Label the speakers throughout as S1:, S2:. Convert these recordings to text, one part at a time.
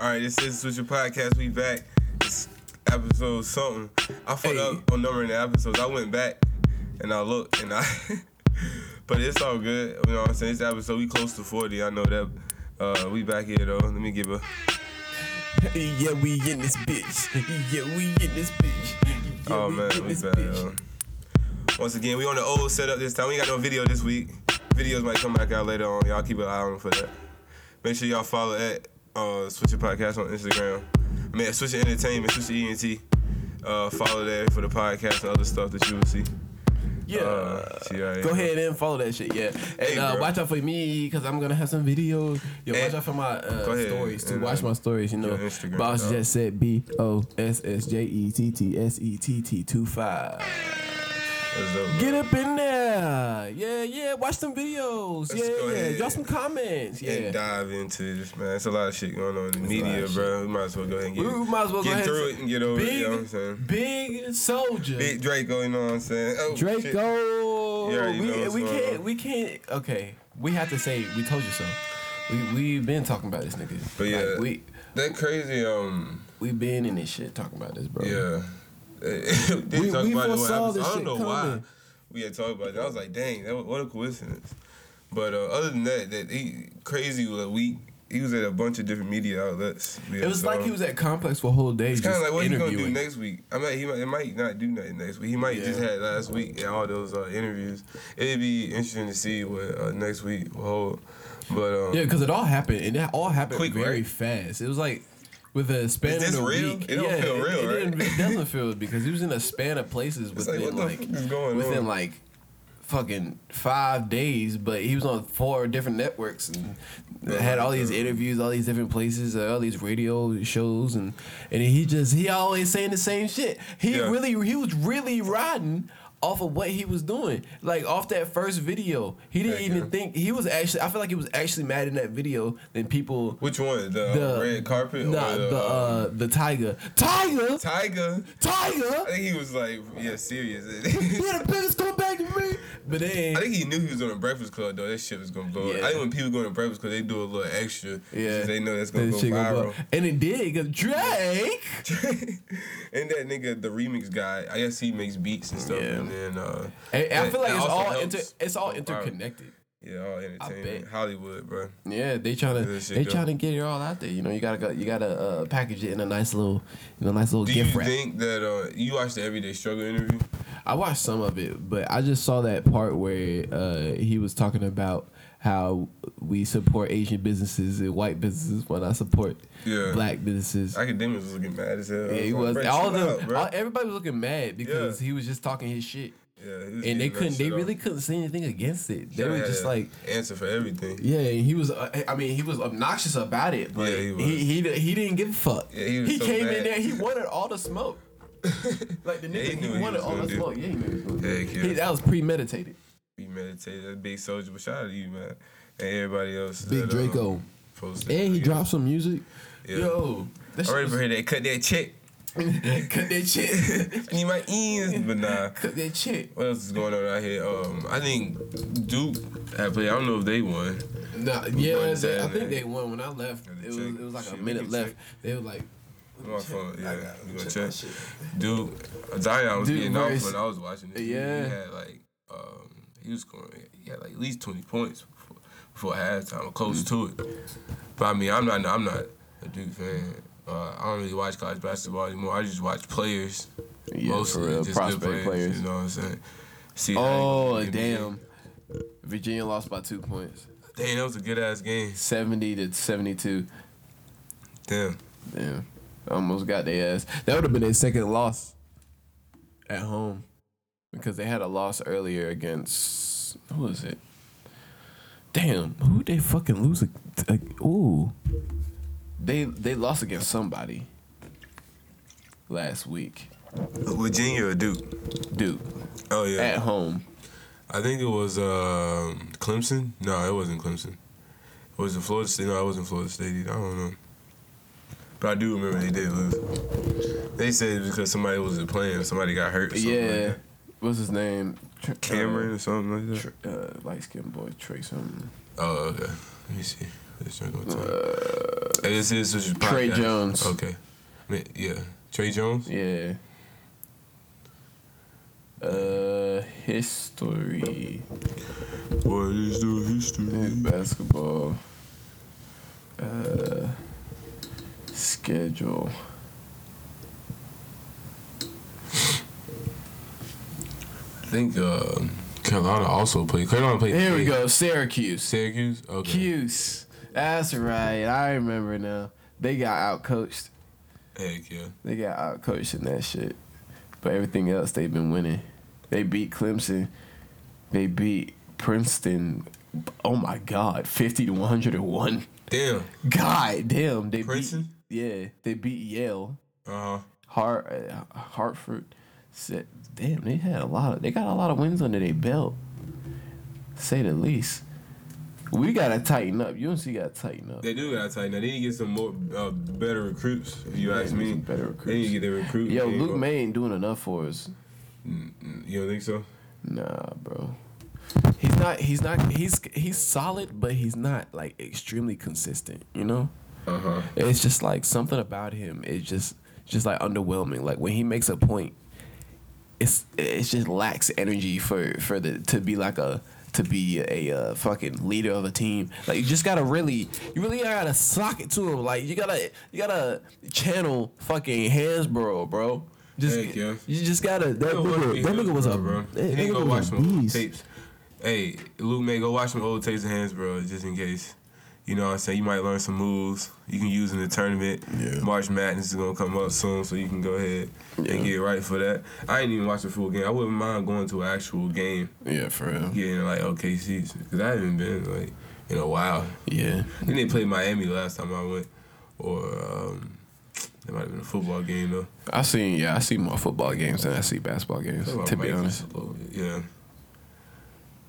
S1: All right, this is Switcher Podcast. We back. It's episode something. I fucked
S2: Hey.
S1: up on numbering the episodes. I went back and I looked and I. but it's all good. You know what I'm saying? This episode, we close to 40. I know that. Uh, we back here though. Let me give a.
S2: Yeah, we in this bitch. Yeah, we in this bitch. Yeah,
S1: Oh
S2: we
S1: man,
S2: in
S1: we Oh,
S2: this
S1: back.
S2: bitch.
S1: yo. Once again, we on the old setup this time. We ain't got no video this week. Videos might come back out later on. Y'all keep an eye on for that. Make sure y'all follow at uh, Switcher Podcast on Instagram. I mean, at Switcher Entertainment, Switcher ENT. Uh, follow there for the podcast and other stuff that you will see.
S2: Yeah.
S1: Uh, see, all right.
S2: Go ahead and follow that shit, yeah. And
S1: Hey,
S2: uh,
S1: bro.
S2: watch out for me, because I'm going to have some videos. Yo,
S1: And-
S2: watch out for my
S1: Go
S2: uh,
S1: ahead,
S2: stories, too.
S1: and,
S2: Watch
S1: uh,
S2: my stories, you know.
S1: your Instagram,
S2: Boss
S1: dog.
S2: just said B O S S J E T T S E T T 2 5.
S1: That's dope, bro.
S2: Get up in there. Yeah, yeah. Watch some videos.
S1: Let's go
S2: yeah,
S1: ahead.
S2: yeah. Drop some comments. Yeah.
S1: And dive into this, man. It's a lot of shit going on in the
S2: lot
S1: media,
S2: of
S1: bro. We might as well go ahead and get,
S2: We might as well go
S1: get
S2: ahead
S1: through
S2: and-
S1: it and get over it.
S2: Big,
S1: You know what I'm saying?
S2: big soldier.
S1: Big Draco, you know what I'm saying? Oh, shit.
S2: Draco.
S1: You already know
S2: we
S1: what's
S2: we
S1: going
S2: can't.
S1: on.
S2: We can't. Okay, we have to say we told you so. We we've been talking about this nigga.
S1: But yeah.
S2: Like, we
S1: That crazy, um,
S2: we been in this shit talking about this, bro.
S1: yeah. we
S2: We- we foresaw
S1: I
S2: this
S1: don't
S2: shit
S1: know why
S2: coming.
S1: we had talked about it. I was like, dang, that was, what a coincidence. But uh, other than that, that he crazy was a week. He was at a bunch of different media outlets.
S2: It was like he was at complex for a whole day.
S1: It's kind
S2: just
S1: of like what he gonna do
S2: interviewing.
S1: next week. I mean, he might, it might not do nothing next week. He might just
S2: Yeah.
S1: had last week and all those uh, interviews. It'd be interesting to see what uh, next week will hold. But um,
S2: Yeah, because it all happened, and it all happened
S1: Quick,
S2: very
S1: right?
S2: fast. It was like with a span
S1: Is this
S2: of a
S1: real?
S2: week.
S1: It don't
S2: yeah,
S1: feel
S2: it-
S1: real,
S2: it,
S1: right?
S2: didn't- it doesn't feel because he was in a span of places
S1: It's like, what
S2: within
S1: the
S2: like,
S1: fuck is going
S2: within
S1: on?
S2: like fucking five days, but he was on four different networks and
S1: Oh
S2: had all these interviews, all these different places, uh, all these radio shows, and and he just he always saying the same shit. He
S1: Yeah.
S2: really he was really riding. Off of what he was doing, like off that first video, he didn't
S1: Heck
S2: even
S1: yeah.
S2: think he was actually. I feel like he was actually mad in that video than people.
S1: which one? The, uh,
S2: The
S1: red carpet?
S2: Nah,
S1: or
S2: the uh, the tiger, tiger,
S1: Tiger?
S2: tiger.
S1: I think he was like, yeah, serious.
S2: Yeah, the biggest come back to me. But then,
S1: I think he knew he was on a Breakfast Club though. That shit was gonna blow. up.
S2: Yeah.
S1: I think when people go to Breakfast Club, they do a little extra.
S2: yeah,
S1: Yeah, they know that's gonna
S2: That
S1: go
S2: shit gonna blow
S1: viral.
S2: up. And it did. Cause Drake.
S1: and that nigga, the remix guy, I guess he makes beats and stuff.
S2: Yeah.
S1: And then, uh,
S2: And, and I
S1: that-
S2: feel like
S1: that
S2: it's
S1: also
S2: all
S1: helps
S2: inter, it's all
S1: go viral.
S2: interconnected.
S1: Yeah, all entertainment,
S2: bet.
S1: Hollywood, bro.
S2: Yeah, they trying to
S1: That shit
S2: they
S1: go.
S2: trying to get it all out there. You know, you gotta go, you gotta uh, package it in a nice little, in a nice little
S1: Do
S2: gift
S1: you
S2: wrap.
S1: think that uh, you watched the Everyday Struggle interview?
S2: I watched some of it, but I just saw that part where uh, he was talking about how we support Asian businesses and white businesses when I support
S1: Yeah.
S2: black businesses.
S1: Academics was looking mad as hell.
S2: yeah,
S1: I
S2: he
S1: like,
S2: was
S1: "Bro,
S2: all
S1: chill out,
S2: them.
S1: bro."
S2: all, everybody was looking mad because
S1: Yeah.
S2: he was just talking his shit,
S1: yeah, he was getting
S2: and they
S1: that
S2: couldn't. They
S1: shit off.
S2: really couldn't say anything against it. They
S1: Yeah,
S2: were
S1: had
S2: just
S1: an
S2: like,
S1: answer for everything.
S2: yeah. And he was. Uh, I mean, he was obnoxious about it, but
S1: Yeah, he
S2: he,
S1: was.
S2: he he didn't give a fuck.
S1: Yeah, he was so
S2: came in
S1: mad.
S2: there. He wanted all the smoke. Like the
S1: Yeah, he
S2: nigga,
S1: knew
S2: he,
S1: he
S2: wanted
S1: was
S2: all
S1: gonna
S2: the
S1: do it.
S2: smoke. Yeah, he knew he was gonna do it.
S1: Heck yeah.
S2: He- That was premeditated.
S1: We meditate. That big soldier, but shout out to you, man, and everybody else.
S2: Big
S1: that,
S2: Draco.
S1: um, posted,
S2: And he
S1: I guess.
S2: dropped some music.
S1: Yeah.
S2: Yo, that
S1: I'm
S2: shit
S1: ready
S2: was-
S1: for her to cut that check.
S2: cut that shit.
S1: I need my ends, but nah.
S2: cut that shit.
S1: What else is going on out here? Um, I think Duke had played. I don't know if they won.
S2: Nah,
S1: wasn't
S2: yeah, they, I
S1: saying
S2: think
S1: that.
S2: they won when I left.
S1: Gotta
S2: It was,
S1: check.
S2: it was like
S1: Shit,
S2: a
S1: we
S2: minute
S1: can
S2: left.
S1: check.
S2: They were like,
S1: My phone.
S2: I
S1: Yeah,
S2: got-
S1: we gonna
S2: check
S1: check.
S2: that shit.
S1: Duke, Zion was
S2: Duke
S1: getting off
S2: versus-
S1: when I was watching it.
S2: Yeah.
S1: he had like, um, he was scoring. He had like at least 20 points before, before halftime, or close to it. But I mean, I'm not. I'm not a Duke fan. Uh, I don't really watch college basketball anymore. I just watch players.
S2: Yeah,
S1: mostly
S2: for real,
S1: just
S2: prospect
S1: good players,
S2: players.
S1: You know what I'm saying? See, how they go in
S2: oh
S1: the NBA.
S2: damn, Virginia lost by two points,
S1: Damn, that was a good ass game.
S2: seventy to seventy-two.
S1: Damn.
S2: Damn, almost got their ass. That would have been their second loss at home because they had a loss earlier against who was it? Damn, who they fucking lose? ag- ag- Ooh, they they lost against somebody last week.
S1: Virginia or Duke?
S2: Duke
S1: Oh yeah.
S2: at home.
S1: I think it was um Clemson. No, it wasn't Clemson. It was the Florida State. No, it wasn't Florida State. Either. I don't know. But I do remember they did lose. They said it was because somebody wasn't playing, somebody got hurt. Or something like
S2: yeah,
S1: that.
S2: what's his name? Tr-
S1: Cameron or something
S2: Uh,
S1: like that.
S2: Tr- uh, light skinned boy Trey something.
S1: Oh, okay. Let me see. What is Draco talking? This is Switch's podcast.
S2: Uh, Trey Jones.
S1: Okay. I mean, Yeah. Trey Jones?
S2: Yeah. Uh, history.
S1: What is the history?
S2: Basketball. Uh, schedule.
S1: I think uh, Carolina also played. Carolina played.
S2: Here we go. Syracuse.
S1: Syracuse? Okay.
S2: Syracuse. That's right. I remember now. They got outcoached.
S1: Heck yeah.
S2: They got outcoached in that shit. But everything else, they've been winning. They beat Clemson. They beat Princeton. Oh my God, fifty to one hundred and one.
S1: Damn.
S2: God damn, they
S1: Princeton?
S2: beat. Yeah, they beat Yale.
S1: Uh huh.
S2: Hart, uh, Hartford. Said, damn, they had a lot. Of, they got a lot of wins under their belt. Say the least. We gotta tighten up. UNC gotta tighten up.
S1: They do gotta tighten up. They need to get some more uh, better recruits. If you
S2: Yeah,
S1: ask
S2: they need
S1: me,
S2: some
S1: They need to
S2: better recruits.
S1: get their recruit.
S2: Yo,
S1: they
S2: Luke
S1: go-
S2: May ain't doing enough for us.
S1: You don't think so?
S2: Nah, bro. He's not. He's not. He's he's solid, but he's not like extremely consistent. You know,
S1: Uh huh.
S2: it's just like something about him. It's just just like underwhelming. Like when he makes a point, it's it's just lacks energy for for the to be like a to be a uh, fucking leader of a team. Like you just gotta really, you really gotta sock it to him. Like you gotta you gotta channel fucking Hansborough, bro. Just
S1: Heck yeah.
S2: you just gotta. That
S1: Yo, what
S2: nigga,
S1: he
S2: that nigga
S1: doing,
S2: was a
S1: bro.
S2: that
S1: He
S2: nigga
S1: go watch
S2: was a
S1: some old
S2: beast.
S1: tapes. Hey, Luke May, go watch some old tapes of hands, bro, just in case. You know what I'm saying? You might learn some moves you can use in the tournament.
S2: Yeah.
S1: March Madness is gonna come up soon, so you can go ahead and get right for that. I ain't even watched the full game. I wouldn't mind going to an actual game,
S2: Yeah, for real.
S1: getting like OKC's, because I haven't been like in a while.
S2: Yeah.
S1: They didn't play Miami last time I went, or um, it might have been a football game though.
S2: I seen yeah, I see more football games than I see basketball games. To be honest,
S1: yeah,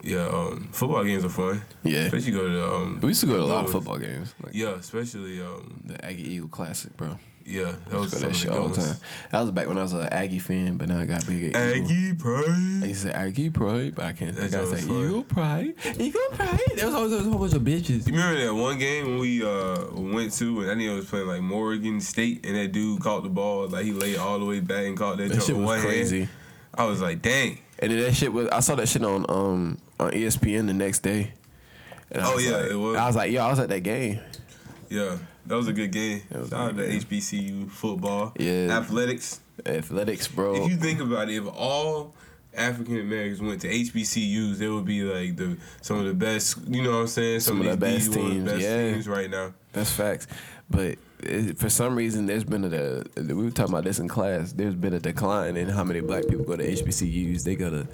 S1: yeah. Um, football games are fun.
S2: yeah,
S1: Especially go to um,
S2: we used to go to a lot of football games, like
S1: yeah, especially um,
S2: the Aggie Eagle Classic, bro.
S1: yeah. That was
S2: Used to go to that shit
S1: some of
S2: all the
S1: good
S2: time. That was back when I was an Aggie fan, but now I got big
S1: ones.
S2: Eagle.
S1: Aggie
S2: I
S1: Pride.
S2: used to say Aggie pride, but I can't
S1: That
S2: think. I
S1: shit was
S2: say
S1: fun.
S2: Eagle pride, Eagle pride. There was always there was a whole bunch of bitches.
S1: You remember that one game when we uh went to and I think it was playing like Morgan State and that dude caught the ball like he laid all the way back and caught that,
S2: That
S1: jump
S2: shit
S1: with
S2: was
S1: one hand.
S2: crazy.
S1: I was like, dang.
S2: And then that shit was I saw that shit on um on ESPN the next day. And I
S1: Oh,
S2: was
S1: yeah,
S2: like-
S1: it was.
S2: I was like, yo, I was at that game.
S1: Yeah, that was a good game.
S2: That was
S1: Shout out
S2: a
S1: to
S2: good game.
S1: HBCU football,
S2: Yeah.
S1: athletics.
S2: Athletics, bro.
S1: If you think about it, if all African Americans went to HBCUs, they would be like the some of the best. You know what I'm saying?
S2: Some of the
S1: these
S2: best
S1: be one of
S2: teams, yeah.
S1: teams right now.
S2: That's facts. But it, for some reason, there's been a, we were talking about this in class. There's been a decline in how many black people go to HBCUs. They go to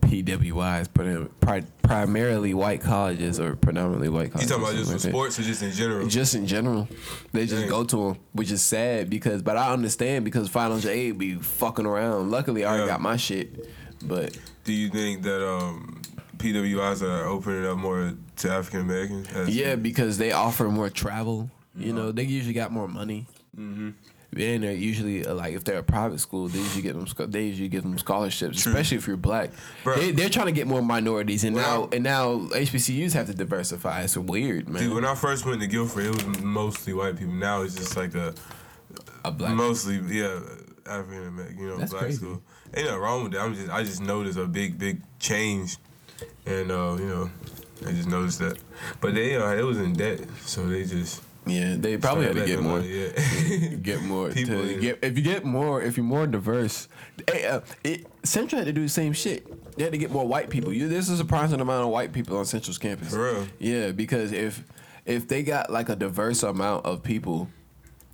S2: PWIs, prim- pri- primarily white colleges or predominantly white
S1: You
S2: colleges.
S1: talking about just for
S2: something like that.
S1: sports or just in general?
S2: Just in general, they just
S1: Dang.
S2: go to them, which is sad because. But I understand because financial aid be fucking around. Luckily, I already
S1: Yeah.
S2: got my shit. But
S1: Do you think that um, PWIs are opening up more to African Americans? As-
S2: Yeah, because they offer more travel. You know, they usually got more money. Mm-hmm. And they're usually uh, like, if they're a private school, they usually get them. scho- They usually give them scholarships,
S1: True.
S2: especially if you're black.
S1: Bruh.
S2: They, they're trying to get more minorities, and
S1: When I-
S2: now and now HBCUs have to diversify. It's weird, man.
S1: Dude, when I first went to Guilford, it was mostly white people. Now it's just like a
S2: a black.
S1: mostly yeah African American, you know,
S2: That's
S1: black
S2: crazy.
S1: school. Ain't nothing wrong with that. I'm just I just noticed a big big change, and uh, you know, I just noticed that. But they uh, they was in debt, so they just
S2: yeah, they probably had to
S1: started
S2: get more.
S1: backing money, Yeah.
S2: Get more.
S1: People,
S2: to
S1: yeah.
S2: get, if you get more, if you're more diverse, hey, uh, it, Central had to do the same shit. They had to get more white people. You, there's a surprising amount of white people on Central's campus.
S1: For real?
S2: Yeah, because if if they got like a diverse amount of people,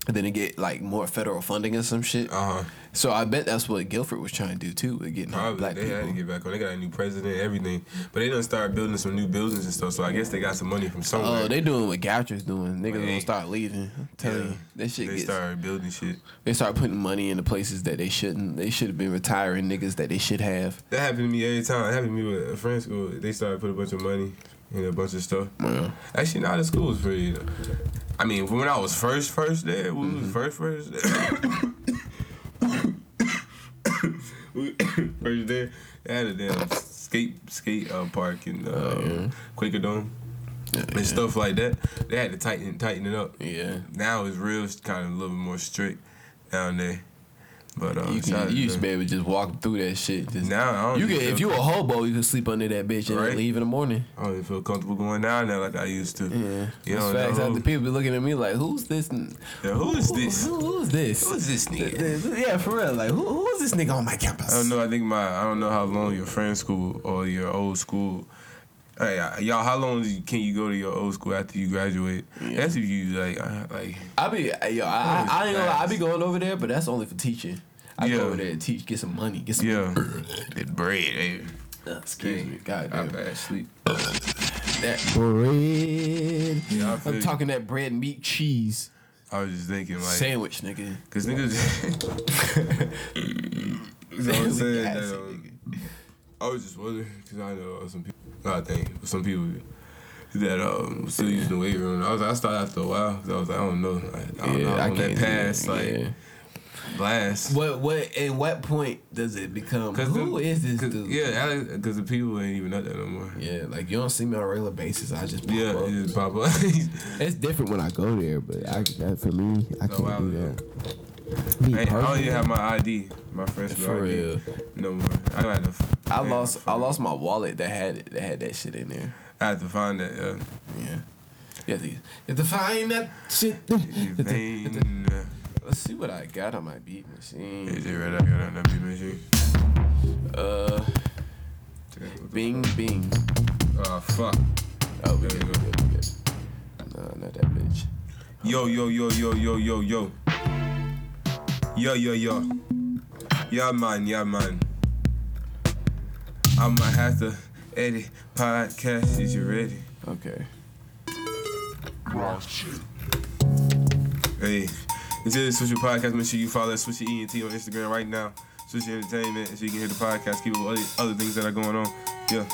S2: then they get like more federal funding or some shit.
S1: uh huh.
S2: So I bet that's what Guilford was trying to do too, with getting all
S1: Probably
S2: black
S1: they
S2: people.
S1: had to get back on. They got a new president, everything, but they done start building some new buildings and stuff. So I guess they got some money from somewhere.
S2: Oh, they doing what Goucher's doing. Niggas
S1: Like,
S2: gonna start leaving. I'm telling
S1: Yeah.
S2: you, that shit
S1: They
S2: gets.
S1: started building shit.
S2: They start putting money into places that they shouldn't. They should have been retiring niggas that they should have.
S1: That happened to me every time. It happened to me with a friend school. They started putting a bunch of money in a bunch of stuff.
S2: Yeah.
S1: Actually, nah, the school was pretty. I mean, when I was first, first there, we was
S2: Mm-hmm.
S1: first, first. we first
S2: Oh,
S1: there. They had a damn skate skate uh, park in uh, Quaker Dome. and stuff like that. They had to tighten tighten it up.
S2: Yeah.
S1: Now it's real it's kind of a little more strict down there. But uh,
S2: You,
S1: shout out
S2: can,
S1: to
S2: you used to
S1: them.
S2: be able to just walk through that shit. Just,
S1: now I don't
S2: you
S1: even
S2: can, if
S1: feel-
S2: you a hobo, you can sleep under that bitch and then
S1: Right.
S2: leave in the morning.
S1: I don't even feel comfortable going down there like I used to.
S2: Yeah,
S1: You
S2: that's
S1: don't
S2: facts.
S1: know.
S2: After people be looking at me like, "Who's this? n-
S1: Yeah, who is this?
S2: Who, who is this?
S1: Who is this nigga?
S2: Th- Yeah, for real. Like, who, who is this nigga on my campus?
S1: I don't know. I think my I don't know how long your friend school or your old school. Hey, uh, y'all, how long do you- can you go to your old school after you graduate? That's if you like, uh, like
S2: I be yo, I, I, I ain't gonna lie, I be going over there, but that's only for teaching. I
S1: Yeah.
S2: go over there and teach, get some money, get some.
S1: yeah, the bread. Hey,
S2: Uh, excuse me, God
S1: I
S2: damn.
S1: bad sleep.
S2: That bread.
S1: Yeah, I feel
S2: I'm
S1: you.
S2: talking that bread, meat, cheese
S1: I was just thinking like,
S2: sandwich, nigga.
S1: cause niggas. you know what I'm saying?
S2: Gassy,
S1: That, um, I was just wondering because I know uh, some people. I think some people that um still using the weight room. I was I started after a while 'cause I was like I don't know. I, I don't know. I, that
S2: do
S1: pass
S2: that,
S1: like
S2: yeah.
S1: blast.
S2: What what and what point does it become? Who
S1: the-
S2: is this
S1: cause,
S2: dude?
S1: Yeah, because the people ain't even up there no more. Yeah,
S2: Yeah, like you don't see me on a regular basis. I just pop up.
S1: it just pop up. hey,
S3: It's different when I go there, but I, that for me, I
S1: Oh,
S3: can't
S1: wow.
S3: do that. Me
S1: I don't
S3: personally,
S1: even have my ID, my friend's
S2: For
S1: ID.
S2: real.
S1: No more. I got to. f-
S2: I
S1: man,
S2: lost I lost my wallet that had it, that had that shit in there.
S1: I have to find that. Uh,
S2: Yeah. You have to, you have to find that shit.
S1: vein.
S2: Let's see what I got on my beat machine.
S1: Is it right? I got on that beat machine.
S2: Uh, Bing Bing.
S1: Oh fuck.
S2: Oh, we good, we good, we good. No, not that bitch.
S1: Yo yo yo yo yo yo yo. Yo yo yo. Yeah man, yeah man. I might have to edit podcast. Is you ready?
S2: Okay.
S1: Hey, this is Switcher Podcast. Make sure you follow Switcher ENT on Instagram right now. Switcher Entertainment, so you can hear the podcast, keep up with other, other things that are going on. Yeah.